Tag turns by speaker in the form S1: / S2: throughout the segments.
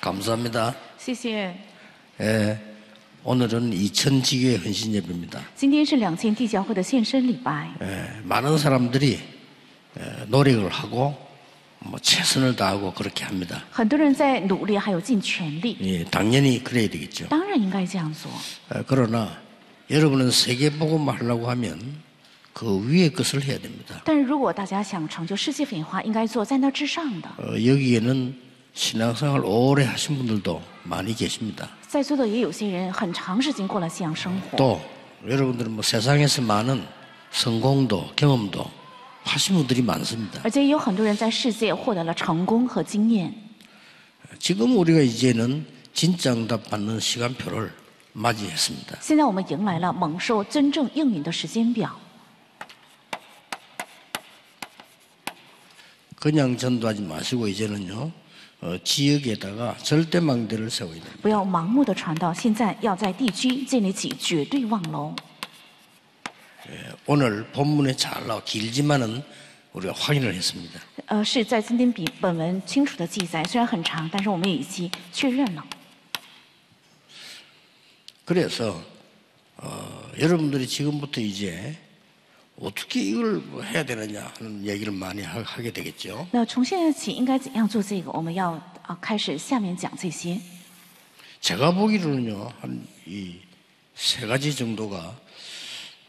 S1: 감사합니다.
S2: 谢谢。
S1: 예, 오늘은 이천지교회 헌신예배입니다.
S2: 今天是两千地教会的献身礼拜，
S1: 예, 많은 사람들이 예, 노력을 하고 뭐 최선을 다하고 그렇게 합니다.
S2: 很多人在努力，还有尽全力，
S1: 예, 당연히 그래야 되겠죠.
S2: 当然应该这样做。
S1: 예, 그러나 여러분은 세계복음 하려고 하면 그 위에 것을 해야 됩니다.
S2: 但是如果大家想成就世界文化，应该做在那之上的。
S1: 어, 여기에는 신앙생활 오래 하신 분들도 많이 계십니다.
S2: 在座的也有些人很长时间过了信仰生活，
S1: 또 여러분들은 뭐 세상에서 많은 성공도 경험도 하신 분들이 많습니다.
S2: 而且也有很多人在世界获得了成功和经验。
S1: 지금 우리가 이제는 진짜 응답 받는 시간표를 맞이했습니다.
S2: 现在我们迎来了蒙受真正应允的时间表，
S1: 그냥 전도하지 마시고 이제는요 어, 지역에다가 절대망대를 세워야 됩니다.
S2: 不要盲目的传道，现在要在地区建立起绝对望楼。
S1: 오늘 본문에 잘 나와 길지만은 우리가 확인을 했습니다.
S2: 呃，是在今天比本文清楚的记载，虽然很长，但是我们也已经确认了。
S1: 그래서 어, 여러분들이 지금부터 이제 어떻게 이걸 뭐 해야 되느냐 하는 얘기를 많이 하- 하게 되겠죠.
S2: 那从现在起应该怎样做这个？我们要啊、开始下面讲这些。
S1: 제가 보기로는요 한 이 세 가지 정도가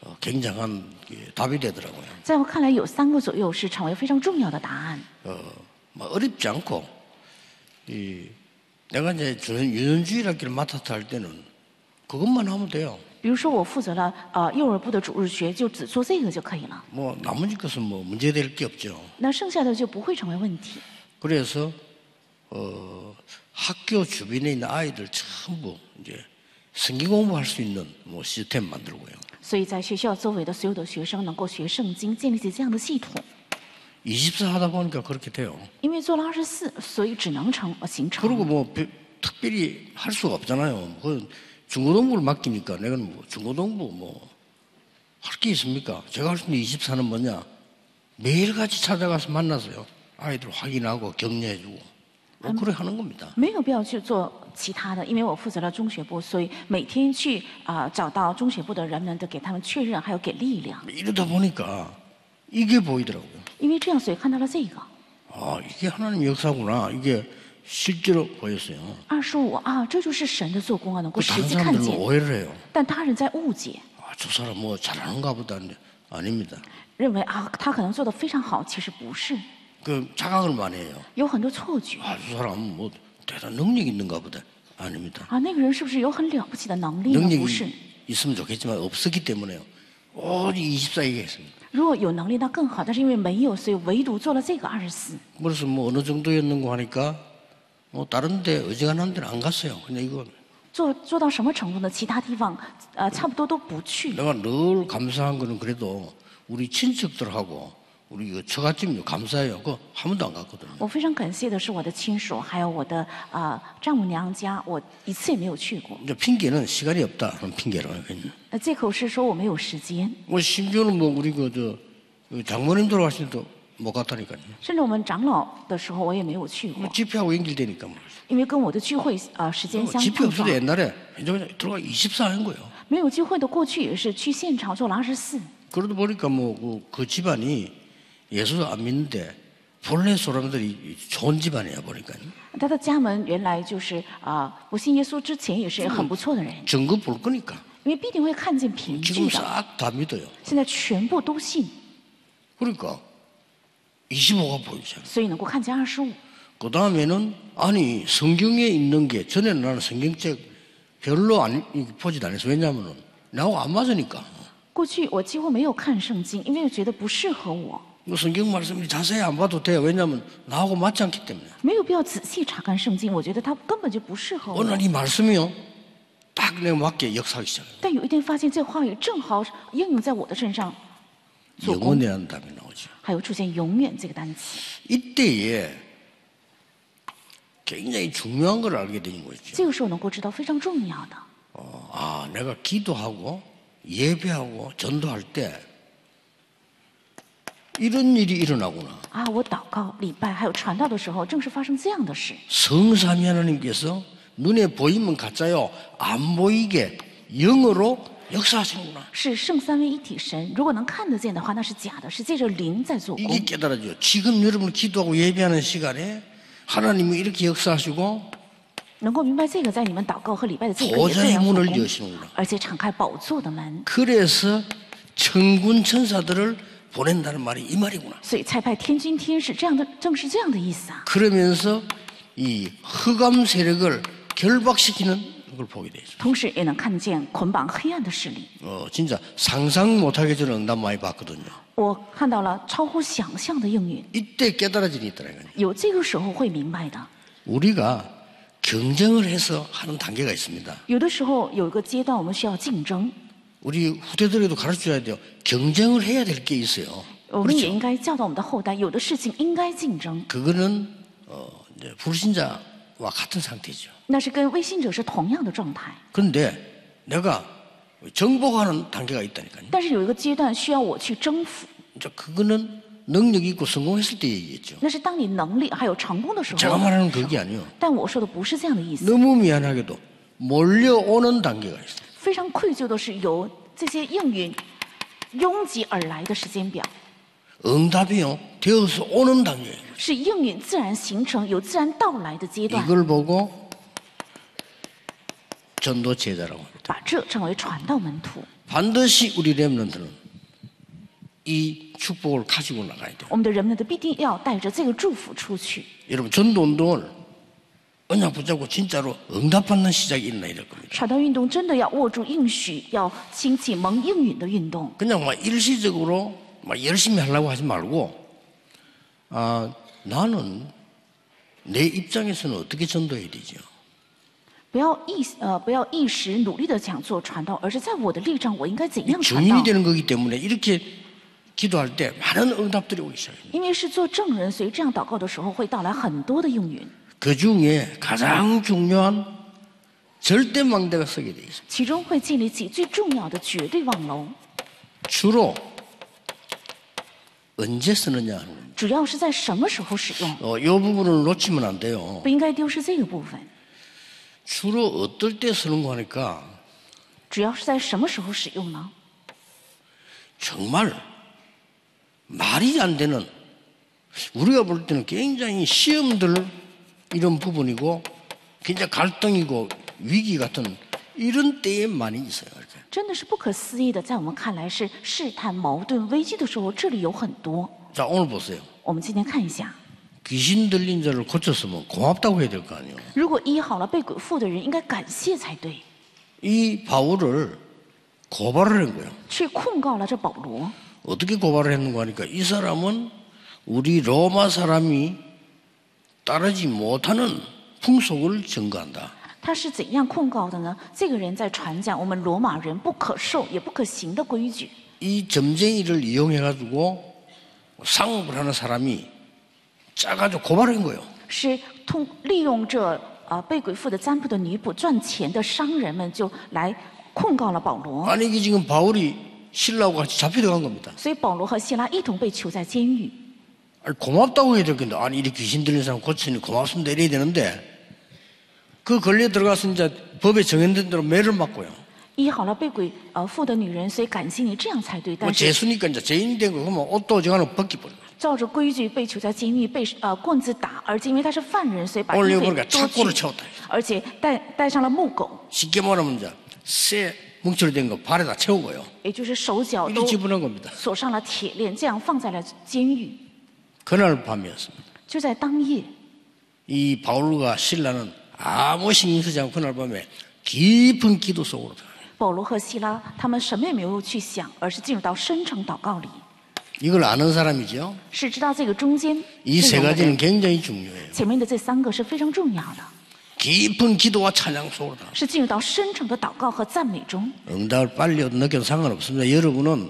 S1: 어, 굉장한 예, 답이 되더라고요.
S2: 在我看来，有三个左右是成为非常重要的答案。
S1: 어, 뭐 어렵지 않고 이 내가 이제 전 유년주일학기를 맡아서 할 때는 그것만 하면 돼요.
S2: 比如说，我负责了呃幼儿部的主日学，就只做这个就可以了。
S1: 뭐 나머지 것은 뭐 문제될 게 없죠.
S2: 那剩下的就不会成为问题。
S1: 그래서 어, 학교 주변에 있는 아이들 전부 이제 성경 공부할 수 있는 뭐 시스템 만들고요.
S2: 所以在学校周围的所有的学生能够学圣经，建立起这样的系统。
S1: 24 하다 보니까 그렇게 돼요.
S2: 因为做了二十四，所以只能成呃形成。
S1: 그리고 뭐 별- 특별히 할 수가 없잖아요. 그 중고등부를 맡기니까 내가 뭐 중고등부 뭐 할 게 있습니까? 제가 할 수 있는 24는 뭐냐? 매일같이 찾아가서 만나서요. 아이들 확인하고 격려해주고 뭐 그래 하는 겁니다.
S2: 没有必要去做其他的，因为我负责了中学部，所以每天去啊、找到中学部的人们，的给他们确认，还有给力量。
S1: 이러다 보니까 이게 보이더라고요.
S2: 因为这样，所以看到了这个
S1: 아 이게 하나님 역사구나. 이게 실제로 보였어요.
S2: 二十五啊，这就是神的做工啊，能够
S1: 그
S2: 实
S1: 다른
S2: 际看
S1: 사람들은
S2: 见。
S1: 오해를 해요.
S2: 但他人在误解，
S1: 아, 저 사람 뭐 잘하는가 보다. 근데 아닙니다.
S2: 认为啊，他可能做的非常好，其实不是，
S1: 그 자각을 많이 해요.
S2: 有很多错觉
S1: 아 저 사람 뭐 대단 능력 있는가 보다. 아닙니다.
S2: 啊。那个人是不是有很了不起的能力呢？不是，
S1: 능력이 있으면 좋겠지만 없었기 때문에요. 오직 24개 했습니다.
S2: 如果有能力那更好，但是因为没有，所以唯独做了这个二十四。
S1: 그래서 뭐 어느 정도였는고 하니까 뭐 다른 데 어지간한 데는 안 갔어요. 그냥 이거
S2: 做做到什么程度呢？其他地方呃差不多都不去。
S1: 내가 늘 감사한 거는 그래도 우리 친척들하고 우리 그 처갓집요 감사해요. 그거 한 번도 안 갔거든요.
S2: 我非常感谢的是我的亲属，还有我的啊、呃丈母娘家，我一次也没有去过。
S1: 이제 핑계는 시간이 없다 하는 핑계로 하거든요.
S2: 那借口是说我没有时间，
S1: 뭐 심지어는 뭐 우리 그저 장모님 돌아가실 때도 못 갔다니까요.
S2: 甚至我们长老的时候我也没有去过
S1: 뭐 ， 집회하고 연결되니까 뭐.
S2: 因为跟我的聚会呃时间相
S1: 집회
S2: 碰撞
S1: 없어도 。 옛날에 이제 그냥 들어가 24 한 거예요.
S2: 没有聚会的过去也是去现场做了二十四，
S1: 그러다 보니까 뭐 그 집안이 예수 안 믿는데 본래 사람들이 좋은 집안이야 보니까요.
S2: 他的家门原来就是啊、呃不信耶稣之前也是很不错的人，
S1: 증거 볼 거니까
S2: 因为必定会看见凭据
S1: 지금
S2: 的。
S1: 싹 다 믿어요.
S2: 现在全部都信，
S1: 그러니까 25가 보이잖아.
S2: 所以能够看见二十五。
S1: 그 다음에는 아니 성경에 있는 게 전에는 나는 성경책 별로 안 읽- 보지도 않았어. 왜냐하면은 나하고 안 맞으니까.
S2: 过去我几乎没有看圣经，因为我觉得不适合我，
S1: 뭐 성경 말씀을 자세히 안 봐도 돼요. 왜냐하면 나하고 맞지 않기 때문에.
S2: 没有必要仔细查看圣经，我觉得它根本就不适合我。
S1: 오늘 이 말씀이요. 딱 내 맞게 역사하기 시작해요.
S2: 但有一天发现这话语正好应用在我的身上，
S1: 영원이라는 답이 나오죠.
S2: 还有出现“永远”这个单词。
S1: 이때에 굉장히 중요한 걸 알게 되는 거죠.
S2: 这个时候能够知道非常重要的，
S1: 어, 아, 내가 기도하고 예배하고 전도할 때 이런 일이 일어나구나.
S2: 啊，我祷告、礼拜还有传道的时候，正是发生这样的事。
S1: 성삼위 하나님께서 눈에 보이면 가짜요 안 보이게 영으로 역사하시는구나.
S2: 是圣三位一体神，如果能看得见的话，那是假的，是借着灵在做
S1: 이게
S2: 工。
S1: 깨달아져요. 지금 여러분 기도하고 예배하는 시간에 하나님이 이렇게 역사하시고
S2: 能够明白这个，在你们祷告和礼拜的这个
S1: 我
S2: 也
S1: 在
S2: 这样做
S1: 幕内
S2: 工
S1: 有信了
S2: 而且敞开宝座的门，
S1: 그래서 천군 천사들을 보낸다는 말이 이 말이구나.
S2: 所以才派天君天使，这样的正是这样的意思啊。
S1: 그러면서 이 흑암 세력을 결박시키는 걸 보게 되죠.
S2: 同时也能看见捆绑黑暗的势力。
S1: 어, 진짜 상상 못하게 저는 응답 많이 받거든요.
S2: 我看到了超乎想象的应允，
S1: 이때 깨달아지니 있더라고요.
S2: 有这个时候会明白的。
S1: 우리가 경쟁을 해서 하는 단계가 있습니다.
S2: 有的时候有一个阶段，我们需要竞争，
S1: 우리 후대들에도 가르쳐줘야 돼요. 경쟁을 해야 될 게 있어요.
S2: 我们也应该教导我们的后代，有的事情应该竞争，
S1: 그거는 어, 이제 불신자와 같은 상태죠.
S2: 那是跟微信者是同样的状态。
S1: 그런데 내가 정복하는 단계가 있다니까요.
S2: 但是有一个阶段需要我去征服，
S1: 이제 그거는 능력이 있고 성공했을 때 얘기했죠.
S2: 那是当你能力还有成功的时
S1: 제가
S2: 候。
S1: 말하는 그게 아니에요.
S2: 但我说的不是这样的意思。
S1: 너무 미안하게도 몰려오는 단계가 있어요.
S2: 非常愧疚的是由这些应允拥挤而来的时间表，
S1: 응답이요. 되어서 오는 단계예요.
S2: 是应允自然形成、由自然到来的阶段，
S1: 이걸 보고 전도 제자라고 합니다.
S2: 把这称为传道门徒。
S1: 반드시 우리 렘넌트는 이 축복을 가지고 나가야 돼요.
S2: 我们的人们的必定要带着这个祝福出去。
S1: 여러분 전도 운동을 언약 붙잡고 진짜로 응답받는 시작이 일어나야 될 겁니다.
S2: 传道运动真的要握住应许，要兴起蒙应允的运动，
S1: 그냥 막 일시적으로 막 열심히 하려고 하지 말고 아 나는 내 입장에서는 어떻게 전도해야 되죠?
S2: 不要一呃不要一时努力的想做传道，而是在我的立场，我应该怎样传
S1: 증인이
S2: 道？
S1: 되는 거기 때문에 이렇게 기도할 때 많은 응답들이 오기 시작해요.
S2: 因为是做证人，所以这样祷告的时候会带来很多的应允。
S1: 그 중에 가장 중요한 절대 망대가 서게 돼 있어요.
S2: 其中会建立起最重要的绝对望楼，
S1: 주로 언제 쓰느냐 하는 겁니다.
S2: 主要是在什么时候使用，
S1: 어, 이 부분을 놓치면 안 돼요.
S2: 不应该丢失这个部分。
S1: 주로 어떨 때 쓰는 거 하니까
S2: 主要是在什么时候使用呢？
S1: 정말 말이 안 되는 우리가 볼 때는 굉장히 시험들 이런 부분이고 굉장히 갈등이고 위기 같은 이런 때에 많이 있어요. 이렇게.
S2: 真的是不可思议的，在我们看来是试探、矛盾、危机的时候，这里有很多。
S1: 자 오늘 보세요.
S2: 我们今天看一下，
S1: 귀신 들린 자를 고쳤으면 고맙다고 해야 될 거 아니에요.
S2: 如果医好了被鬼附的人，应该感谢才对，
S1: 이 바울을 고발을 한 거예요.
S2: 却控告了这保罗。
S1: 어떻게 고발을 했는가 하니까 이 사람은 우리 로마 사람이 따르지 못하는 풍속을 증거한다.
S2: 他是怎样控告的呢？这个人在传讲我们罗马人不可受也不可行的规矩，
S1: 이 점쟁이를 이용해 가지고 상업을 하는 사람이 짜가지고 고발한 거예요.
S2: 是通利用这啊、呃被鬼附的占卜的女仆赚钱的商人们就来控告了保罗，
S1: 아니 이게 지금 바울이 신라하고 같이 잡혀들어간 겁니다.
S2: 所以保罗和希拉一同被囚在监狱。
S1: 아니 고맙다고 해야 되겠는데 아니 이렇게 귀신 들린 사람 고치니 고맙습니다 이래야 되는데 그 걸려 들어가서 이제 법에 정해진 대로 매를 맞고요.
S2: 医好了被鬼呃附的女人，所以感谢你，这样才对。
S1: 뭐
S2: 但是
S1: 죄수니까 이제 죄인이 된 거 그러면 옷도 저거는 벗기버려.
S2: 照着规矩被囚在监狱，被呃棍子打，而且因为他是犯人，所以把衣
S1: 오늘
S2: 服
S1: 보니까
S2: 也脱
S1: 착고를
S2: 去，
S1: 채웠다.
S2: 而且带带上了木狗，
S1: 쉽게 말하면 이제 쇠 뭉치로 된 거 발에다 채우고요.
S2: 也就是手脚
S1: 이렇게
S2: 都
S1: 집어넣은 겁니다.
S2: 锁上了铁链，这样放在了监狱。
S1: 그날 밤이었습니다.
S2: 就在当夜，
S1: 이 바울과 신라는 아무 신경 쓰지 않고 그날 밤에 깊은 기도 속으로 들어가요.
S2: 保罗和希拉他们什么也没有去想，而是进入到深层祷告里，
S1: 이걸 아는 사람이죠.
S2: 是知道这个中间
S1: 이
S2: 内
S1: 세
S2: 容的人
S1: 가지는 굉장히 중요해요.
S2: 前面的这三个是非常重要的，
S1: 깊은 기도와 찬양 속으로 들어가요.
S2: 是进入到深层的祷告和赞美中。
S1: 응답을 빨리 얻는 상관없습니다. 여러분은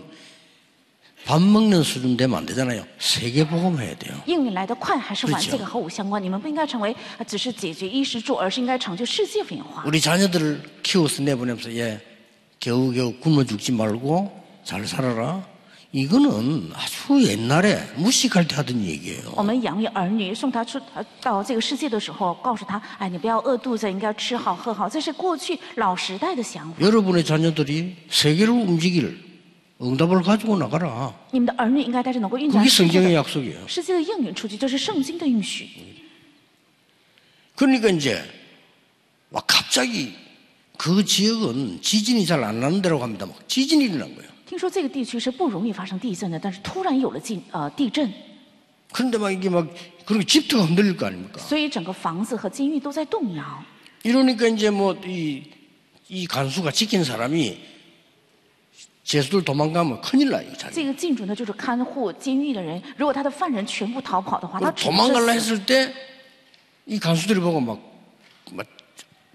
S1: 밥 먹는 수준 되면 안 되잖아요. 세계복음 해야 돼요.
S2: 应允来的快还是晚，
S1: 对呀
S2: 这个和我无相关。你们不应该成为呃只是解决衣食住，而是应该成就世界文化。
S1: 우리 예, 자녀들을 키워서 내보내면서 얘 겨우겨우 굶어 죽지 말고 잘 살아라 이거는 아주 옛날에 무식할 때 하던 얘기예요.
S2: 我们养育儿女，送他出呃到这个世界的时候，告诉他：哎，你不要饿肚子，应该吃好喝好。这是过去老时代的想法。
S1: 여러분의 자녀들이 세계를 움직일 응답을 가지고 나가라.
S2: 你们的儿女应该带着能够运转
S1: 그게
S2: 世界
S1: 성경의
S2: 的
S1: 약속이에요.
S2: 世界的应允出去，这是圣经的应许。
S1: 그러니까 이제 막 갑자기 그 지역은 지진이 잘 안 나는 데라고 합니다. 막 지진이 일어난 거예요.
S2: 听说这个地区是不容易发生地震的，但是突然有了地呃地震，
S1: 그런데 막 이게 막 그리고 집터가 흔들릴 거 아닙니까?
S2: 所以整个房子和监狱都在动摇。
S1: 이러니까 이제 뭐 이 이 간수가 지킨 사람이 제수들 도망가면 큰일 나요. 자기.
S2: 这个禁主呢，就是看护监狱的人，如果他的犯人全部逃跑的话，他
S1: 그리고
S2: 只
S1: 도망갈라
S2: 是死
S1: 했을 때 이 간수들이 보고 막막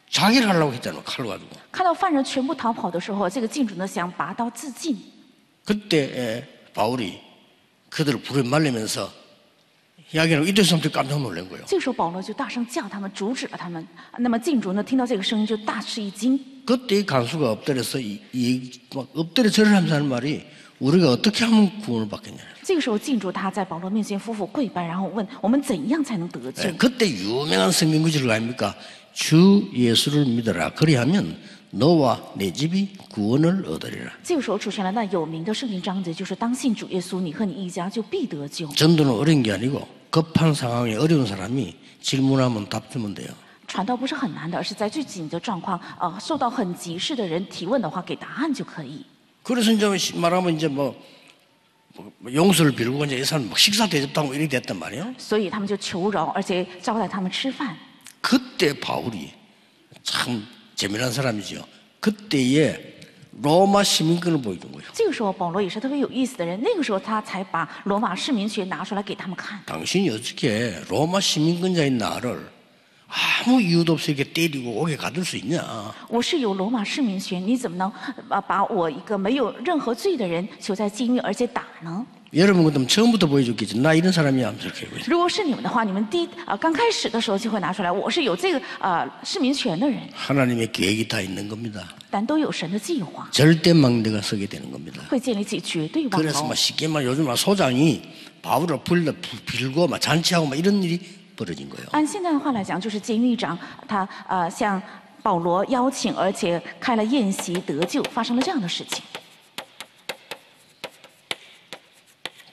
S1: 자기를 하려고 했잖아요. 칼로 가지고.
S2: 看到犯人全部逃跑的时候，这个禁主呢想拔刀自尽。
S1: 그때 에, 바울이 그들을 불에 말리면서 이야기를 이때 사람들이 깜짝 놀란 거예요.
S2: 这个时候保罗就大声叫他们，阻止了他们。那么禁主呢听到这个声音就大吃一惊。
S1: 그때 이 간수가 엎드려서 이, 이- 막 엎드려 절을 하면서 하는 말이 우리가 어떻게 하면 구원을 받겠냐.
S2: 这个时候禁主他在保罗面前夫妇跪拜，然后问我们怎样才能得救
S1: 예, 。 그때 유명한 성경 구절 아닙니까? 주 예수를 믿어라. 그리하면 너와 내 집이 구원을 얻으리라.
S2: 这个时候出现了那有名的圣经章节，就是当信主耶稣，你和你一家就必得救。
S1: 전도는 어려운 게 아니고 급한 상황에 어려운 사람이 질문하면 답 주면 돼요.
S2: 传道不是很难的，而是在最紧的状况，呃，受到很急事的人提问的话，给答案就可以。
S1: 그래서 이제 말하면 이제 뭐, 뭐 용서를 빌고 이제 이 사람 막 식사 대접하고 이렇게 됐단 말이에요.
S2: 所以他们就求饶，而且招待他们吃饭。
S1: 그때 바울이 참 재미난 사람이죠. 그때에 로마 시민권을 보여준 거예요.
S2: 这个时候，保罗也是特别有意思的人。那个时候，他才把罗马市民学拿出来给他们看。
S1: 당신이 어떻게 로마 시민권자인 나를 아무 이유도 없이 이렇게 때리고 오게 가둘 수 있냐.
S2: 我是有罗马市民学，你怎么能把把我一个没有任何罪的人囚在监狱，而且打呢？
S1: 여러분 그다음 처음부터 보여줬겠지. 나 이런 사람이야. 하면서 이렇게 보여줘.
S2: 如果是你们的话，你们第一啊、刚开始的时候就会拿出来，我是有这个啊、市民权的人，
S1: 하나님의 계획이 다 있는 겁니다.
S2: 但都有神的计划，
S1: 절대 망대가 서게 되는 겁니다.
S2: 会建立起绝对网
S1: 그래서
S2: 楼
S1: 막 。 쉽게 말 요즘 막 소장이 바울을 불러 부- 빌고 막 잔치하고 막 이런 일이 벌어진 거예요.
S2: 按现在的话来讲，就是监狱长他呃向保罗邀请，而且开了宴席得救，发生了这样的事情，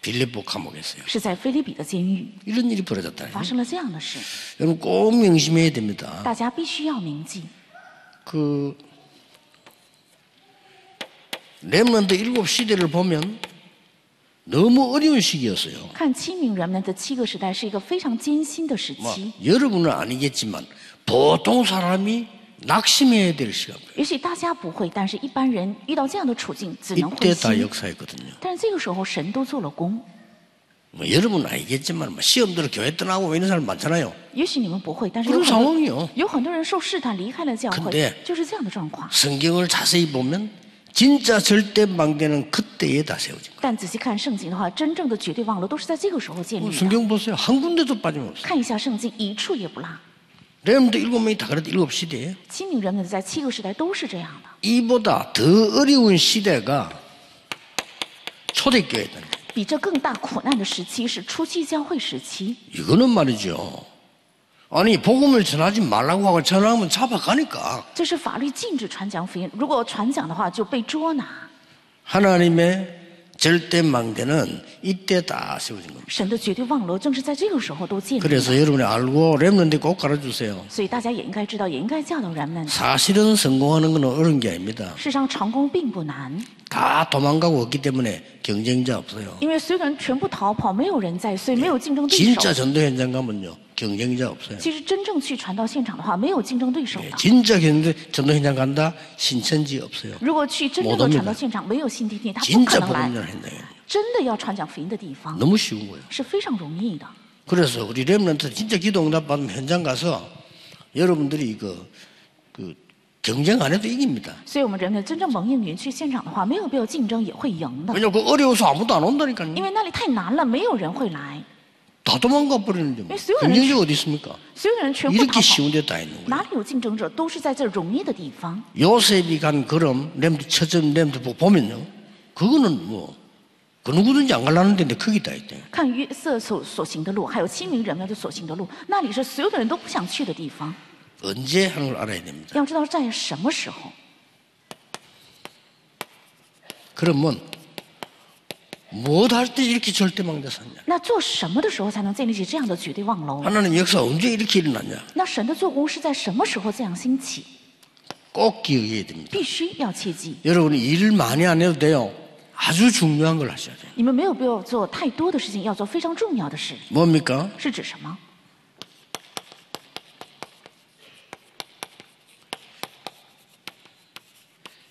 S1: 빌립보 감옥에서요.
S2: 是在菲律比的监狱
S1: 이런 일이 벌어졌다는
S2: 发
S1: 거예요.
S2: 生了这样的事，
S1: 여러분 꼭 명심해야 됩니다.
S2: 大家必须要铭记。
S1: 그 렘넌트 일곱 시대를 보면 너무 어려운 시기였어요.
S2: 看清明人们的七个时代是一个非常艰辛的时
S1: 뭐
S2: 期，
S1: 여러분은 아니겠지만 보통 사람이 낙심해야 될 시간.
S2: 也许大家不会，但是一般人遇到这样的处境只能灰
S1: 이때 다
S2: 心。
S1: 역사였거든요.
S2: 但是这个时候神都做了工，
S1: 뭐 여러분은 아니겠지만 뭐 시험 들어 교회 떠나고 뭐 이런 사람 많잖아요.
S2: 也许你们不会，但是有
S1: 그런
S2: 很多
S1: 상황이요.
S2: 有很多人受试探离开了教
S1: 근
S2: 会
S1: 데 ，
S2: 就是这样的状况。
S1: 성경을 자세히 보면 진짜 절대 망대는 그때에 다 세워진
S2: 但仔细看圣经的话，真正的绝对网络都是在这个时候建
S1: 거예요.
S2: 立的。
S1: 뭐 성경 보세요. 한 군데도 빠짐없어요.
S2: 看一下圣经，一处也不落。
S1: 렘도 일곱 명이 다 그래도 일곱 시대예요.
S2: 清明人们在七个时代都是这样的。
S1: 이보다 더 어려운 시대가 초대교회다.
S2: 比这更大苦难的时期是初期教会时期，
S1: 이거는 말이죠. 아니 복음을 전하지 말라고 하고 전하면 잡아가니까
S2: 这是法律禁止传讲福音，如果传讲的话就被捉拿。
S1: 하나님의 절대 망대는 이때 다 세워진 겁니다.
S2: 神的绝对望楼正是在这个时候都建立，
S1: 그래서 여러분이 알고 렘런데 꼭 가르쳐주세요.
S2: 所以大家也应该知道，也应该教导人们，事
S1: 사실은 성공하는 건 어려운 게 아닙니다.
S2: 实上成功并不难，
S1: 다 도망가고 없기 때문에 경쟁자 없어요.
S2: 因为所有人全部逃跑，没有人在，所以没有竞争对
S1: 진짜
S2: 手。
S1: 전도 현장 가면요 경쟁자 없어요.
S2: 其实真正去传到现场的话，没有竞争对手
S1: 예,
S2: 的。
S1: 진짜 견- 전도 현장 간다 신천지 없어요.
S2: 如果去真正
S1: 못
S2: 的
S1: 옵니다
S2: 传到现场，没有新天地，他不可
S1: 진짜
S2: 能来
S1: 복음 전 현장이에요.
S2: 真的要传讲福音的地方
S1: 너무 쉬운 거예요.
S2: 是非常容易的。
S1: 그래서 우리 렘런트 진짜 기도 응답 받으면 현장 가서 여러분들이 그, 그 경쟁 안 해도 이깁니다.
S2: 所以，我们人们真正蒙应允去现场的话，没有必要竞争也会赢的，
S1: 왜냐면 그 어려워서 아무도 안 온다니까요.
S2: 因为那里太难了，没有人会来，
S1: 다 도망가 버리는데 뭐.
S2: 예, 수요일에-
S1: 경쟁자 어디 있습니까?
S2: 所有人全部逃
S1: 이렇게
S2: 跑，
S1: 쉬운 데 다 있는 거예요.
S2: 哪里有竞争者都是在这容易的地方。
S1: 요셉이 간 걸음 렘트 처음 렘트 보면요 그거는 뭐 그 누구든지 안 가려는 데인데 크기다 이때.
S2: 看约瑟所所行的路，还有清明人们的所行的路，那里是所有的人都不想去的地方。
S1: 언제 하는 걸 알아야 됩니다.
S2: 要知道在什么时候，
S1: 그러면 못 할 때 이렇게 절대망대 샀냐?
S2: 那做什么的时候才能建立起这样的绝对望楼？
S1: 하나님 역사 언제 이렇게 일어났냐?
S2: 那神的做工是在什么时候这样兴起？
S1: 꼭 기억해야 됩니다.
S2: 必须要切记，
S1: 여러분이 일 많이 안 해도 돼요. 아주 중요한 걸 하셔야 돼요.
S2: 你们没有必要做太多的事情，要做非常重要的事。
S1: 뭡니까?
S2: 是指什么？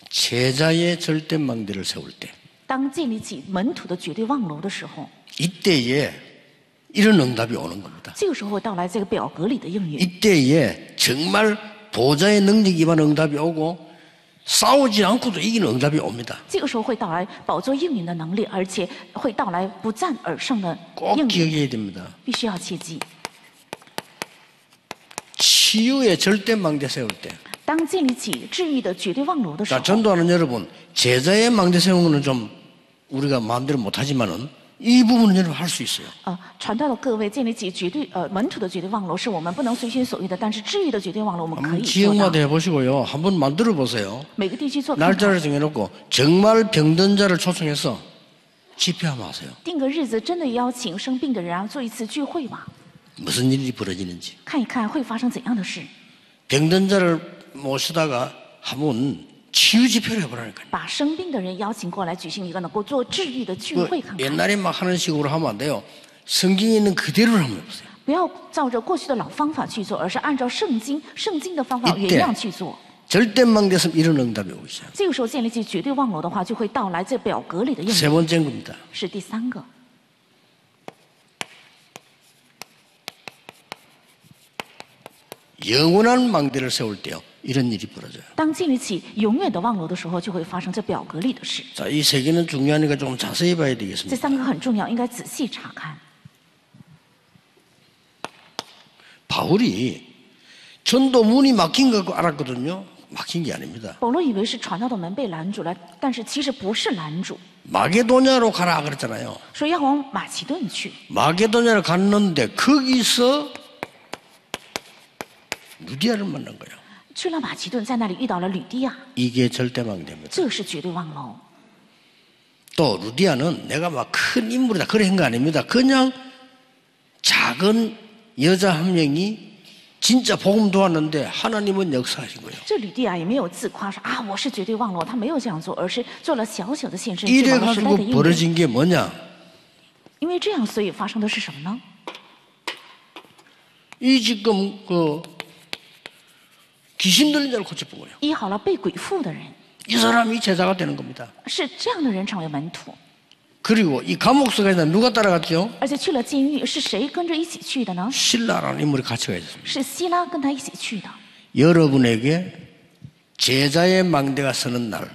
S1: 제자의 절대망대를 세울 때.
S2: 当建立起门徒的绝对望楼的时候，
S1: 이때에 이런 응답이 오는 겁니다.
S2: 这个时候会到来这个表格里的应允。
S1: 이때에 정말 보좌의 능력 기반 응답이 오고 싸우지 않고도 이기는 응답이 옵니다.
S2: 这个时候会到来宝座应允的能力，而且会到来不战而胜的
S1: 꼭
S2: 应允，
S1: 기억해야 됩니다.
S2: 必须要切记。
S1: 치유의 절대망대 세울 때.
S2: 当建立起治愈的绝对望楼的时
S1: 자
S2: 候，
S1: 전도하는 여러분 제자의 망대 세우는 거는 좀 우리가 마음대로 못하지만은 이 부분은 여러분 할 수 있어요.
S2: 呃，传道的各位建立起绝对呃门徒的绝对望楼，是我们不能随心所欲的，但是治愈的绝对望楼我们可以
S1: 한번
S2: 做到
S1: 지역마다 。 해보시고요. 한번 만들어 보세요.
S2: 每个地区做看看
S1: 날짜를 정해놓고 정말 병든 자를 초청해서 집회 한번 하세요.
S2: 定个日子，真的邀请生病的人啊做一次聚会吧，
S1: 무슨 일이 벌어지는지.
S2: 看一看会发生怎样的事。
S1: 병든 자를 모시다가 한번 치유 집회를 해보라니까요.
S2: 把生病的人邀请过来，举行一个能够做治愈的聚
S1: 그
S2: 会看看，
S1: 옛날에 막 하는 식으로 하면 안 돼요. 성경에 있는 그대로 한번 해보세요.
S2: 不要照着过去的老方法去做，而是按照圣经圣经的方法
S1: 一点
S2: 原样去做。
S1: 절대망대에서 이런 응답이 오기 시작해요.
S2: 这个时候建立起绝对望楼的话，就会到来这表格里的应
S1: 세
S2: 用
S1: 번째인 겁니다.
S2: 是第三个，
S1: 영원한 망대를 세울 때요. 이런 일이 벌어져요.
S2: 当建立起永远的望楼的时候，就会发生这表格里的事。
S1: 자, 이 세 개는 중요하니까 좀 자세히 봐야
S2: 这
S1: 되겠습니다.
S2: 三个很重要，应该仔细查看。
S1: 바울이 전도 문이 막힌 것 같고 알았거든요. 막힌 게 아닙니다.
S2: 保罗以为是传道的门被拦住了，但是其实不是拦住，
S1: 마게도냐로 가라 그랬잖아요.
S2: 说要往马其顿去。
S1: 마게도냐로 갔는데 거기서 누디아를 만난 거예요.
S2: 去了马其顿，在那里遇到了吕迪亚，
S1: 이게 절대망대입니다.
S2: 这是绝对望楼。
S1: 또 루디아는 내가 막 큰 인물이다 그런 거 아닙니다. 그냥 작은 여자 한 명이 진짜 복음 도왔는데 하나님은 역사하신 거예요.
S2: 这吕地亚也没有自夸说啊，我是绝对忘了，他没有这样做，而是做了小小的献身，去
S1: 이래
S2: 往时代的
S1: 가지고
S2: 应允。
S1: 벌어진 게 뭐냐?
S2: 因为这样，所以发生的是什么呢？
S1: 이 지금 그 귀신 들린 자를 고쳐본 거예요.
S2: 医好了被鬼附的人，
S1: 이 사람이 제자가 되는 겁니다.
S2: 是这样的人成为门徒，
S1: 그리고 이 감옥 속에 있는 누가 따라갔죠?
S2: 而且去了监狱，是谁跟着一起去的呢？
S1: 신라라는 인물이 같이 가 있습니다.
S2: 是希拉跟他一起去的。
S1: 여러분에게 제자의 망대가 서는 날,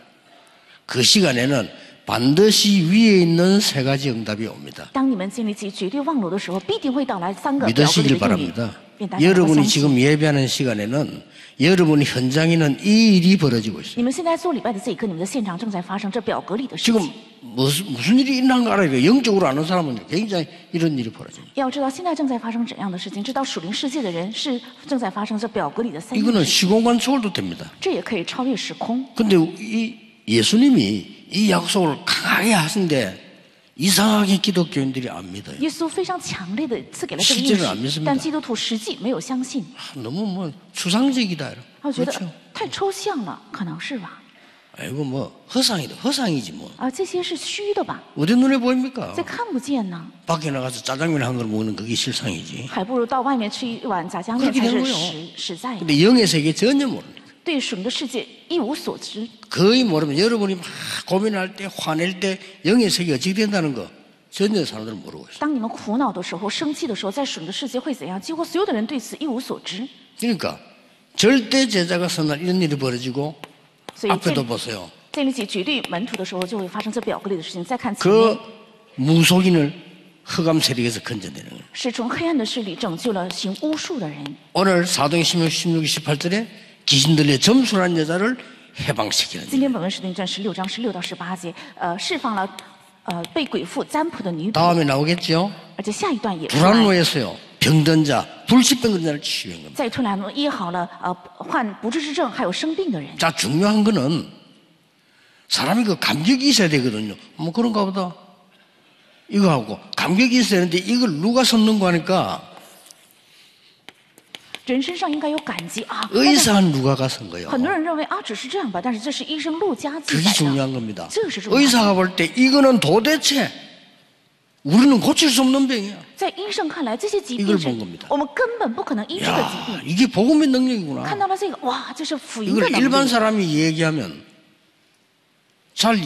S1: 그 시간에는 반드시 위에 있는 세 가지 응답이 옵니다.
S2: 当你们建立起绝对忘楼的时候，必定会到来三个表格
S1: 믿으시길
S2: 里的应允
S1: 바랍니다. 。
S2: 愿大家能够相
S1: 여러분이
S2: 信。
S1: 지금 예배하는 시간에는 여러분이 현장에는 이 일이 벌어지고 있어요.
S2: 你们现在做礼拜的这一刻，你们的现场正在发生这表格里的事
S1: 지금
S2: 情。
S1: 무슨, 무슨 일이 일어난 거 알아요. 영적으로 아는 사람은 굉장히 이런 일이 벌어집니다.
S2: 要知道现在正在发生怎样的事情，知道属灵世界的人是正在发生这表格里的三件
S1: 이거는
S2: 事
S1: 시공간 초월도 됩니다.
S2: 这也可以超越时空。
S1: 근데 이 예수님이 이 약속을 강하게 하신데 이상하게 기독교인들이 안 믿어요.
S2: 耶稣非常强烈的赐给了这个应
S1: 실제로안믿습
S2: 许
S1: 니다 ，
S2: 但基督徒实际没有相信，
S1: 아, 너무 뭐 추상적이다. 이런.
S2: 啊，觉得
S1: 그렇죠.
S2: 太抽象了，可能是吧？
S1: 아이고 뭐 허상이다. 허상이지 뭐.
S2: 啊，这些是虚的吧？
S1: 어디 눈에 보입니까?
S2: 这看不见呢，
S1: 밖에 나가서 짜장면 한 그릇 먹는 그게 실상이지.
S2: 还不如到外面吃一碗炸酱面
S1: 그렇게
S2: 才
S1: 되는
S2: 是
S1: 거예요
S2: 实实在的。
S1: 근데 영의 세계 전혀 모릅니다.
S2: 对属灵的世界一无所知，
S1: 거의 모르면 여러분이 막 고민할 때 화낼 때 영의 세계 어찌 된다는 거 전혀 사람들은 모르고 있어요.
S2: 当你们苦恼的时候、生气的时候，在属灵的世界会怎样？几乎所有的人对此一无所知。
S1: 그러니까 절대 제자가 선날 이런 일이 벌어지고
S2: 所以建
S1: 앞에도
S2: 立
S1: 보세요.
S2: 建立起绝对门徒的时候，就会发生这表格里的事情。再看前
S1: 그
S2: 面，
S1: 무속인을 허감 세력에서 건져내는 거예요.
S2: 是从黑暗的势力拯救了行巫术的人。
S1: 오늘 4동 16, 16, 18절에 귀신들의 점수라는 여자를 해방시키는 일.
S2: 今天本文使徒行传十六章十六到十八节，呃，释放了呃被鬼附占卜的女鬼，
S1: 다음에 나오겠죠?
S2: 而且下一段也出来，
S1: 불안로에서요. 병든 자, 불치병든 자를 치유한 겁니다.
S2: 在突然医好了呃患不治之症还有生病的人。
S1: 자, 중요한 거는 사람이 그 감격이 있어야 되거든요. 뭐 그런가 보다. 이거 하고 감격이 있어야 되는데 이걸 누가 섰는가 하니까
S2: 人身上应该有感激啊。但是
S1: 의사 누가가 선 거예요.
S2: 很多人认为啊，只是这样吧，但是这是医生陆家记
S1: 그게
S2: 载的。
S1: 중요한 겁니다.
S2: 그것이 중요하다.
S1: 의사가 볼 때 이거는 도대체 우리는 고칠 수 없는 병이야.
S2: 在医生看来，这些疾病是
S1: 이걸본겁니다
S2: 我们根本不可能医治的疾
S1: 야,
S2: 病。
S1: 이게 복음의
S2: 看
S1: 능력이구나.
S2: 到了这个，哇，这是福音的
S1: 이걸
S2: 能
S1: 일반
S2: 力。
S1: 사람이 얘기하면 잘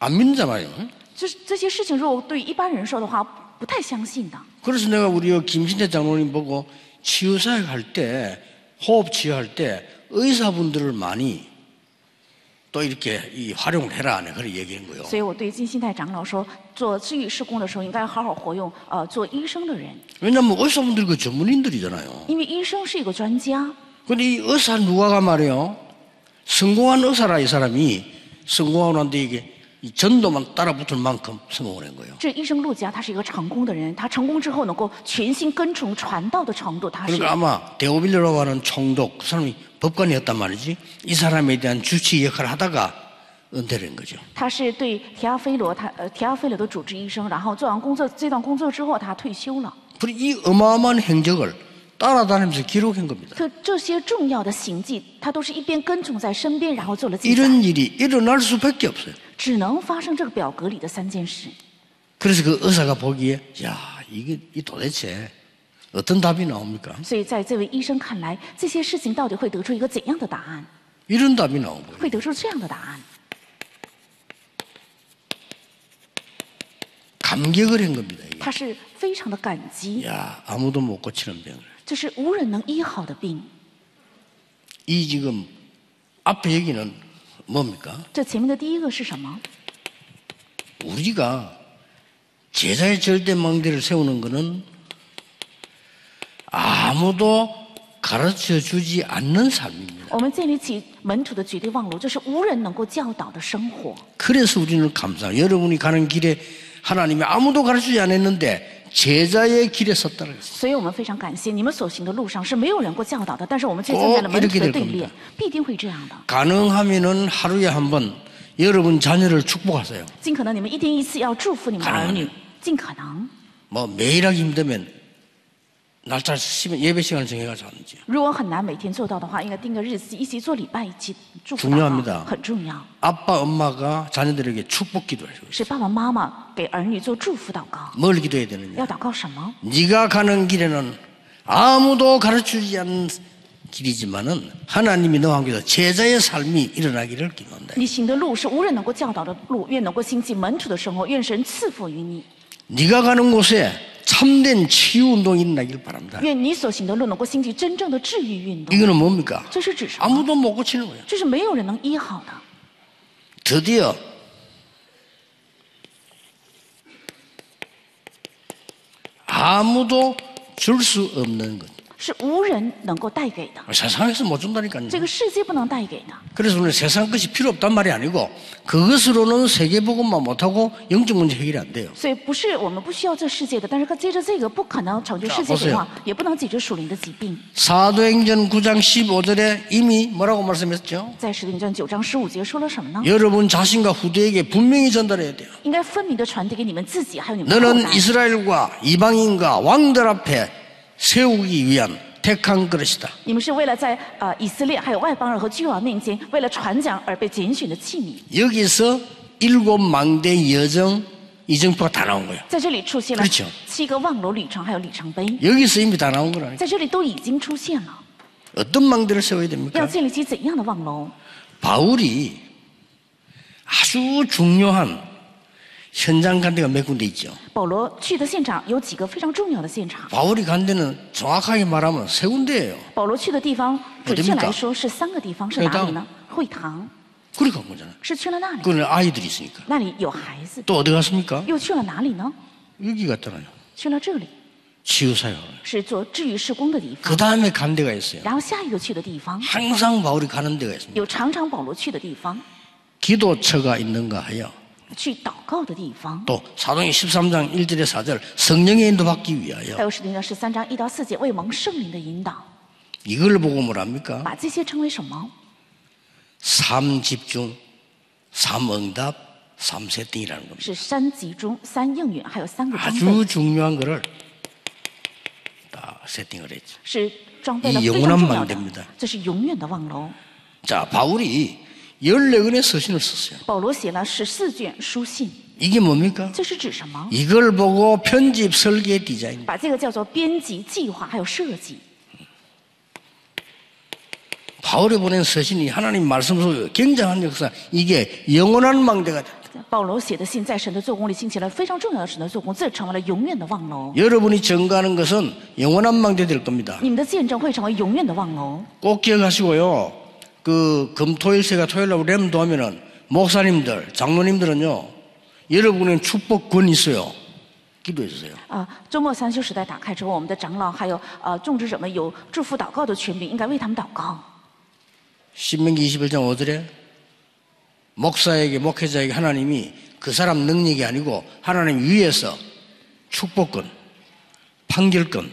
S1: 안 믿잖아요.
S2: 就是这些事情，如果对一般人说的话，不太相信的。
S1: 그래서 내가 우리 요 김신태 장로님 보고 치유사역 할 때 호흡 치유할 때 의사분들을 많이 또 이렇게 이 활용을 해라 하는 그런 얘기인 거예요.
S2: 所以我对金信泰长老说，做治愈施工的时候，应该好好活用呃做医生的人，
S1: 왜냐하면 의사분들 그 전문인들이잖아요.
S2: 因为医生是一个专家。
S1: 근데 이 의사 누가가 말이에요. 성공한 의사라 이 사람이 성공하고 난데 이게 이 전도만 따라 붙을 만큼 성공을 한 거예요.
S2: 这医生陆家他是一个成功的人，他成功之后能够全心跟从传道的程度，他是
S1: 그러니까 아마 데오빌리라고 하는 총독 그 사람이 법관이었단 말이지 이 사람에 대한 주치 역할을 하다가 은퇴를 한 거죠.
S2: 他是对提阿菲罗，他呃提阿菲罗的主治医生，然后做完工作这段工作之后，他退休了。
S1: 그리고 이 어마어마한 행적을 따라다니면서 기록한 겁니다.
S2: 可这些重要的行迹，他都是一边跟踪在身边，然后做了记载，
S1: 이런 일이 일어날 수밖에 없어요.
S2: 只能发生这个表格里的三件事。
S1: 그래서 그 의사가 보기에 야 이게 이 도대체 어떤 답이 나옵니까?
S2: 所以在这位医生看来，这些事情到底会得出一个怎样的答案？
S1: 이런 답이 나온 거예요.
S2: 会得出这样的答案。
S1: 감격을 한 겁니다. 이게.
S2: 他是非常的感激，
S1: 야 아무도 못 고치는 병을
S2: 这是无人能医好的病。
S1: 이 지금 앞에 얘기는 뭡니까?
S2: 这前面的第一个是什么？
S1: 우리가 제자의 절대 망대를 세우는 것은 아무도 가르쳐 주지 않는 삶입니다.
S2: 我们建立起门徒的绝对望路，这是无人能够教导的生活。
S1: 그래서 우리는 감사. 여러분이 가는 길에 하나님이 아무도 가르치지 않았는데 제자의 길에 섰다는 것입니다.
S2: 所以我们非常感谢你们所行的路上是没有人过教导的，但是我们却站在了门徒的对
S1: 哦
S2: 立，必哦定会这样的。
S1: 가능하면은 하루에 한 번 여러분 자녀를 축복하세요.
S2: 尽可能你们一天一次要祝福你们的儿
S1: 가능하
S2: 女
S1: 면 ，
S2: 尽可能。
S1: 뭐 매일 하기 힘들면 날짜 시면 예배 시간을 정해가지고 하는지.
S2: 如果很难每天做到的话，应该定个日期，一起做礼拜，一起祝福
S1: 중요
S2: 祷
S1: 합니
S2: 告
S1: 다
S2: 很重要。
S1: 아빠 엄마가 자녀들에게 축복 기도해요.
S2: 是爸爸妈妈给儿女做祝福祷告，
S1: 뭘 기도해야 되느냐?
S2: 要祷告什么？
S1: 네가 가는 길에는 아무도 가르치지 않는 길이지만은 하나님이 너와 함께서 제자의 삶이 일어나기를 기도한다.
S2: 你行的路是无人能够教导的路，愿能够兴起门徒的生活，愿神赐福于你，
S1: 네가 가는 곳에 참된 치유 운동이 일어나길 바랍니다.
S2: 愿你所行的路能够兴起真正的治愈运动。
S1: 이거는 뭡니까?
S2: 这是指什么？
S1: 아무도 못 고치는 거예요.
S2: 这是没有人能医好的。
S1: 드디어 아무도 줄 수 없는 것.
S2: 是无人能够带给的，
S1: 세상에서 못 준다니까요.
S2: 这个世界不能带给的。
S1: 그래서 오늘 세상 것이 필요 없단 말이 아니고 그것으로는 세계 복음만 못하고 영적 문제 해결이 안 돼요.
S2: 所以不是我们不需要这世界的，但是接着这个不可能成就世界
S1: 자
S2: 的
S1: 보
S2: 话，也啊不能解决属灵的疾病。
S1: 사도행전 9장 15절에 이미 뭐라고 말씀했죠?
S2: 在《使徒行传》九章十五节说了什么呢？
S1: 여러분 자신과 후대에게 분명히 전달해야 돼요.
S2: 应该分明的传递给你们自己，还有你们的后
S1: 너는
S2: 代。
S1: 이스라엘과 이방인과 왕들 앞에 세우기 위한 택한 그릇이다.
S2: 你们是为了在呃以色列还有外邦人和君王面前，为了传讲而被拣选的器皿。
S1: 여기서 일곱 망대 여정 이정표가 다 나온 거예요.
S2: 在这里出现了
S1: 그렇죠
S2: 七个望楼旅程，还有里程碑，
S1: 여기서 이미 다 나온 거라니까.
S2: 在这里都已经出现了。
S1: 어떤 망대를 세워야
S2: 要
S1: 됩니까?
S2: 建立起怎样的望楼？
S1: 바울이 아주 중요한 현장 간 데가 몇 군데 있죠.
S2: 保罗去的现场有几个非常重要的现场。
S1: 바울이 간 데는 정확하게 말하면 세 군데예요.
S2: 保罗去的地方，
S1: 我
S2: 准
S1: 的
S2: 确
S1: 命
S2: 来
S1: 岗
S2: 说是三个地方，是哪里呢？会堂
S1: 그렇게 간 거잖아요.
S2: 是去了那里，
S1: 그거는 아이들이 있으니까.
S2: 那里有孩子，
S1: 또 어디 갔습니까?
S2: 又去了哪里呢？
S1: 여기 갔잖아요.
S2: 去了这里，
S1: 치유사역.
S2: 是做治愈施工的地方
S1: 그 。 다음에 간 데가 있어요.
S2: 然后下一个去的地方，
S1: 항상 바울이 가는 데가 있습니다.
S2: 有常常保罗去的地方，
S1: 기도처가 있는가 하여
S2: 去祷告的地方。
S1: 또 사도행 13장 1절에 4절 성령의 인도받기 위하여
S2: 还有使徒行传十三章一到四节，为蒙圣灵的引导，
S1: 이걸 보고 뭐랍니까?
S2: 把这些称为什么？
S1: 삼 집중, 삼 응답, 삼 세팅이라는 겁니다.
S2: 是三集中、三应允，还有三个装备，
S1: 아주 중요한 거를 다 세팅을 했죠.
S2: 是装备了
S1: 이
S2: 非
S1: 영원한
S2: 常重要的
S1: 망대입니다 。
S2: 这是永远的望楼。
S1: 자, 바울이 14권의 서신을 썼어요.
S2: 保罗写了十四卷书信，
S1: 이게 뭡니까?
S2: 这是指什么？
S1: 이걸 보고 편집, 설계, 디자인.
S2: 把这个叫做编辑、计划还有设计。
S1: 바울이 보낸 서신이 하나님 말씀 속에 굉장한 역사. 이게 영원한 망대가 됩니다.
S2: 保罗写的信在神的做工里兴起了非常重要的神的做工，这成为了永远的望楼。
S1: 여러분이 증거하는 것은 영원한 망대 될 겁니다.
S2: 你们的见证会成为永远的望楼。
S1: 꼭 기억하시고요. 그 금토일세가 토요일하고 램도 하면은 목사님들, 장로님들은요. 여러분은 축복권이 있어요. 기도해 주세요.
S2: 啊，周末三休时代打开之后，我们的长老还有呃种植者们有祝福祷告的权柄，应该为他们祷告。
S1: 신명기 21장 5절에 목사에게 목회자에게 하나님이 그 사람 능력이 아니고 하나님 위에서 축복권, 판결권,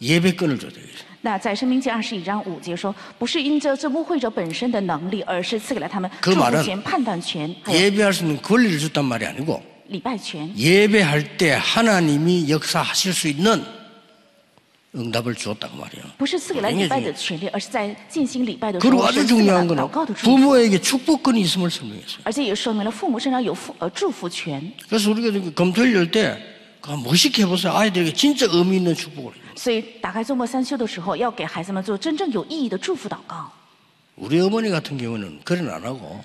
S1: 예배권을 줘야 돼요.
S2: 那在《生命记》二十一章五节说，不是因着这牧会者本身的能力，而是赐给了他们
S1: 그말
S2: 祝
S1: 은
S2: 福权、判断权，还有
S1: 예배할 수 있는 권리를 줬단 말이 아니고
S2: 礼拜权。
S1: 예배할 때 하나님이 역사하실 수 있는 응답을 주었다고 말이에요.
S2: 不是赐给了
S1: 굉장히
S2: 礼拜的权利，而是在进行礼拜的时
S1: 그리고
S2: 候，是
S1: 아주
S2: 赐给了
S1: 중요한
S2: 祷
S1: 거는
S2: 告的祝福，
S1: 부모에게 축복권이 있음을 설명했어요.
S2: 而且也说明了父母身上有父呃祝福权。
S1: 그래서 우리가 이렇게 검토를 열때 멋있게 해보세요. 아이들에게 진짜 의미 있는 축복을. 해요.
S2: 所以打开周末三休的时候，要给孩子们做真正有意义的祝福祷告。
S1: 우리 어머니 같은 경우는 그런 안 하고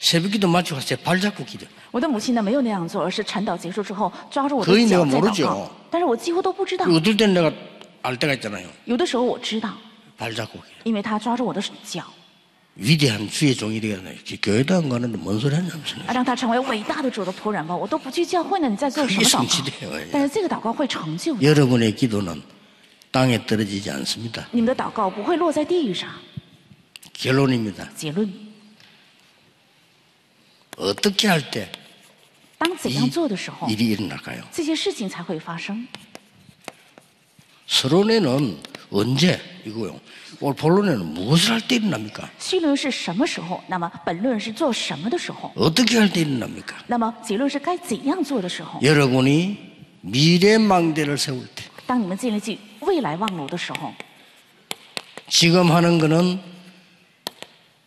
S1: 새벽기도 마치고 제 발 잡고 기도.
S2: 我的母亲呢没有那样做，而是晨祷结束之后抓住我的
S1: 可以
S2: 脚
S1: 那
S2: 在
S1: 个
S2: 祷
S1: 모르
S2: 告
S1: 죠 ，
S2: 但是我几乎都不知道。
S1: 어떨 땐 내가 알 때가 있잖아요.
S2: 有的时候我知道，
S1: 발 잡고 기도.
S2: 因为她抓住我的脚，
S1: 위대한 주의 종이 되겠네. 교회도 안 가는데 뭔 소리 하냐면서.
S2: 啊让她成为伟大的主的仆人吧。我都不去教会呢，你在做什么
S1: 可以送去
S2: 祷
S1: 的
S2: 告
S1: 哎呀？
S2: 但是这个祷告会成就的，
S1: 여러분의 기도는 땅에 떨어지지 않습니다.
S2: 你们的祷告不会落在地上。
S1: 결론입니다.
S2: 结论，
S1: 어떻게 할 때
S2: 当怎样做的时候，
S1: 일이 일어날까요?
S2: 这些事情才会发生。
S1: 서론에는 언제 이거요. 오늘 본론에는 무엇을 할 때 일어납니까?
S2: 绪论是什么时候？那么本论是做什么的时候？
S1: 어떻게 할 때 일어납니까?
S2: 那么结论是该怎样做的时候？
S1: 여러분이 미래 망대를 세울 때
S2: 当你们建立起未来望楼的时候，
S1: 지금 하는 거는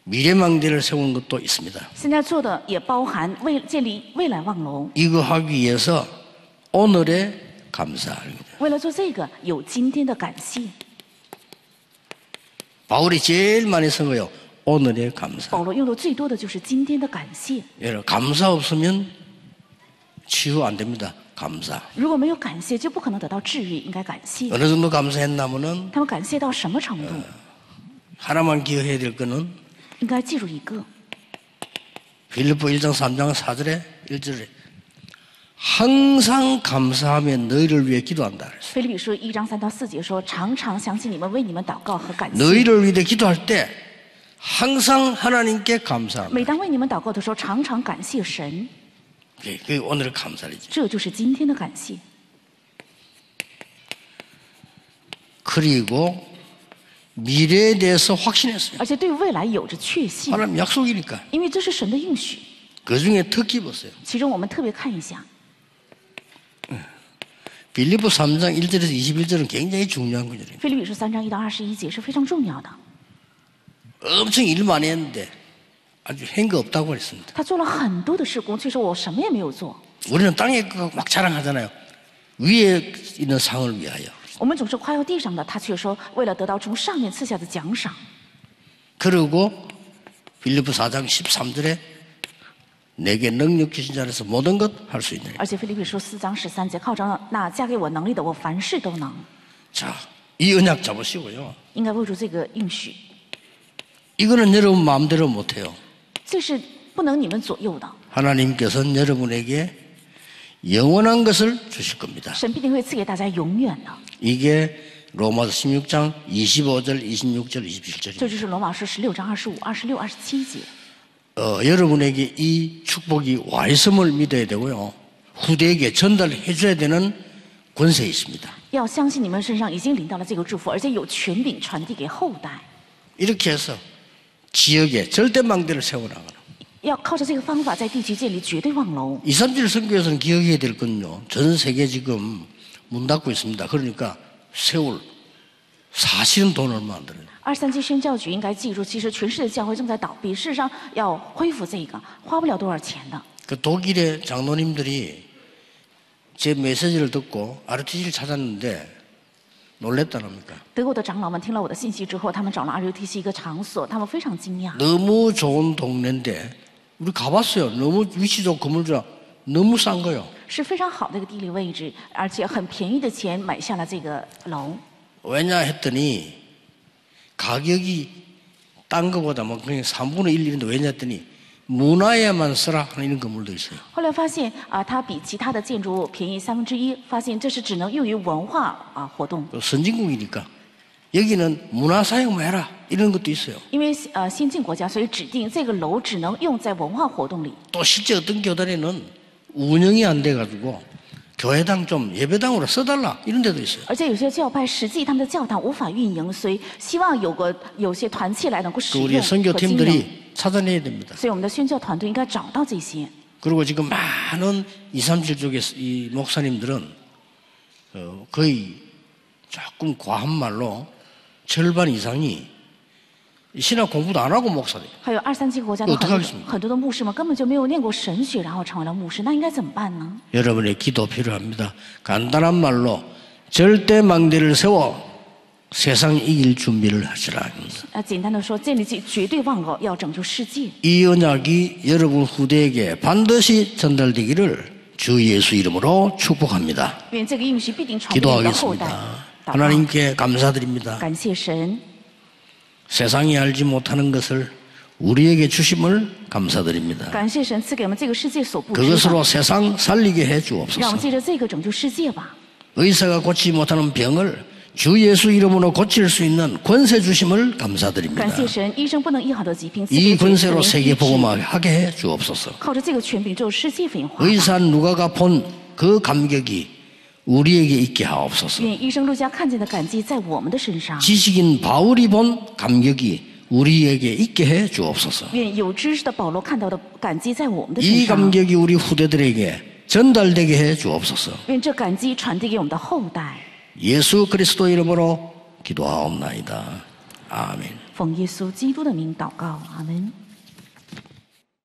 S1: 미래 망대를 세우는 것도 있습니다.
S2: 现在做的也包含未建立未来望楼。
S1: 이거 하기 위해서 오늘의 감사합니다.
S2: 为了做这个，有今天的感谢。
S1: 바울이 제일 많이 쓴 거예요. 오늘의 감사.
S2: 保罗用的最多的就是今天的感谢。
S1: 여러분 감사 없으면 치유 안 됩니다. 감사.
S2: 如果没有感谢，就不可能得到治愈。应该感谢。
S1: 어느 정도 감사했나면은
S2: 他们感谢到什么程度？
S1: 하나만 기억해야 될 거는
S2: 应该记住一个，
S1: 빌립보 1장 3장 4절에 1절에 항상 감사하며 너희를 위해 기도한다 그랬어.
S2: 《腓立比书》一章三到四节说：“常常想起你们，为你们祷告和感谢。
S1: 너희를 위해 기도할 때 항상 하나님께 감사한다.
S2: 每当为你们祷告的时候，常常感谢神。
S1: 예, 그게 그게 오늘의 감사이지.
S2: 这就是今天的感谢。
S1: 그리고 미래에 대해서 확신했어요.
S2: 而且对未来有着确信，
S1: 하나님 약속이니까.
S2: 因为这是神的应许。
S1: 그 중에 특히 보세요.
S2: 其中我们特别看一下，
S1: 빌립보 3장 1절에서 21절은 굉장히 중요한 구절이에요.
S2: 《腓立比书》三章一到二十一节是非常重要的。
S1: 엄청 일 많이 했는데 아주 행거 없다고 그랬습니다.
S2: 他做了很多的事工，却说我什么也没有做。
S1: 우리는 땅에 그거 막 자랑하잖아요. 위에 있는 상을 위하여.
S2: 我们总是夸耀地上的，他却说为了得到从上面赐下的奖赏。
S1: 그리고 빌립보 4장 13절에 내게 능력 주신 자로서 모든 것 할 수 있느니.
S2: 而且《腓立比书》四章十三节，靠着那加给我能力的，我凡事都能。
S1: 자, 이 언약 잡으시고요.
S2: 应该握住这个应许，
S1: 이거는 여러분 마음대로 못 해요.
S2: 这是不能你们左右的。
S1: 하나님께서는 여러분에게 영원한 것을 주실 겁니다.
S2: 神必定会赐给大家永远的。
S1: 嗯 이게 로마서 16장 25절, 26절,
S2: 这
S1: 27절입니다.
S2: 就是罗马书十六章二十五、二十六、二十七节。
S1: 어, 여러분에게 이 축복이 와 있음을 믿어야 되고요. 후대에게 전달해 줘야 되는 권세 있습니다.
S2: 要相信你们身上已经领到了这个祝福，而且有权柄传递给后代。
S1: 이렇게 해서 지역에 절대망대를 세워나가라.
S2: 要靠着这个方法在地区建立绝对望楼。
S1: 237 선교에서는 기억해야 될 건요. 전 세계 지금 문 닫고 있습니다. 그러니까 세울 사실은 돈 얼마 안 들어요.
S2: 二三七宣教局应该记住，其实全世界教会正在倒闭，事实上要恢复这个花不了多少钱的。
S1: 그 독일의 장로님들이 제 메시지를 듣고 RTC를 찾았는데 놀랬다랍니까?
S2: 德国的长老们听了我的信息之后，他们找了 RUTC 一个场所，他们非常惊讶。
S1: 너무 좋은 동네인데 우리 가봤어요. 너무 위치 좋고 건물주라 너무 싼 거요.
S2: 是非常好的一个地理位置，而且很便宜的钱买下了这个楼。
S1: 왜냐 했더니 가격이 딴 거보다 뭐 그냥 3분의 1, 2인데 왜냐 했더니 문화에만 쓰라 하는 이런 건물도 있어요.
S2: 后来发现啊，它比其他的建筑物便宜三分之一，发现这是只能用于文化啊活动。
S1: 또 선진국이니까 여기는 문화 사용만 해라 이런 것도 있어요.
S2: 因为呃先进国家，所以指定这个楼只能用在文化活动里。
S1: 또 실제 어떤 교단에는 운영이 안 돼가지고 교회당 좀 예배당으로 써달라 이런 데도 있어요.
S2: 而且有些教派实际他们的教堂无法运营，所以希望有个有些团契来能够使
S1: 그 우리
S2: 用和经营。
S1: 선교팀들이 찾아내야 됩니다.
S2: 所以我们的宣教团队应该找到这些。
S1: 그리고 지금 많은 2, 3, 7쪽의 이 목사님들은 어, 거의 조금 과한 말로 절반 이상이 신학 공부도 안 하고 목사 돼요.
S2: 还有二三七国家的
S1: 有
S2: 很
S1: 特
S2: 多
S1: 许
S2: 很多的牧师们根本就没有念过神学，然后成为了牧师，那应该怎么办呢？
S1: 여러분의 기도 필요합니다. 간단한 말로 절대 망대를 세워 세상 이길 준비를 하시라.
S2: 呃，简单的说，建立起绝对万恶，要拯救世界。
S1: 이 언약이 여러분 후대에게 반드시 전달되기를 주 예수 이름으로 축복합니다.
S2: 愿这个应许必定传给你的后
S1: 기도하겠습니다. 。
S2: 代祷告
S1: 하나님께 감사드립니다.
S2: 感谢神，
S1: 세상이 알지 못하는 것을 우리에게 주심을 감사드립니다.
S2: 感谢神赐给我们这个世界所不知道，
S1: 그것으로 세상 살리게 해
S2: 让我
S1: 주옵소서.
S2: 们借着这个拯救世界吧。
S1: 의사가 고치지 못하는 병을 주 예수 이름으로 고칠 수 있는 권세 주심을
S2: 感
S1: 감사드립니다.
S2: 谢神，医生不能医好的疾病，赐
S1: 이
S2: 给我
S1: 권세로
S2: 们神医
S1: 세계
S2: 治
S1: 복음하게 해 주옵소서.
S2: 靠着这个权柄，只有世界变化。
S1: 의사 누가가 본 그 감격이 우리에게 있게 하옵소서.
S2: 愿医生陆家看见的感激在我们的身上，
S1: 지식인 바울이 본 감격이 우리에게 있게 해 주옵소서.
S2: 愿有知识的保罗看到的感激在我们的身
S1: 이
S2: 上，
S1: 감격이 우리 후대들에게 전달되게 해 주옵소서.
S2: 愿这感激传递给我们的后代。
S1: 예수 그리스도 이름으로 기도하옵나이다. 아멘.
S2: 奉耶稣基督的名祷告，阿门。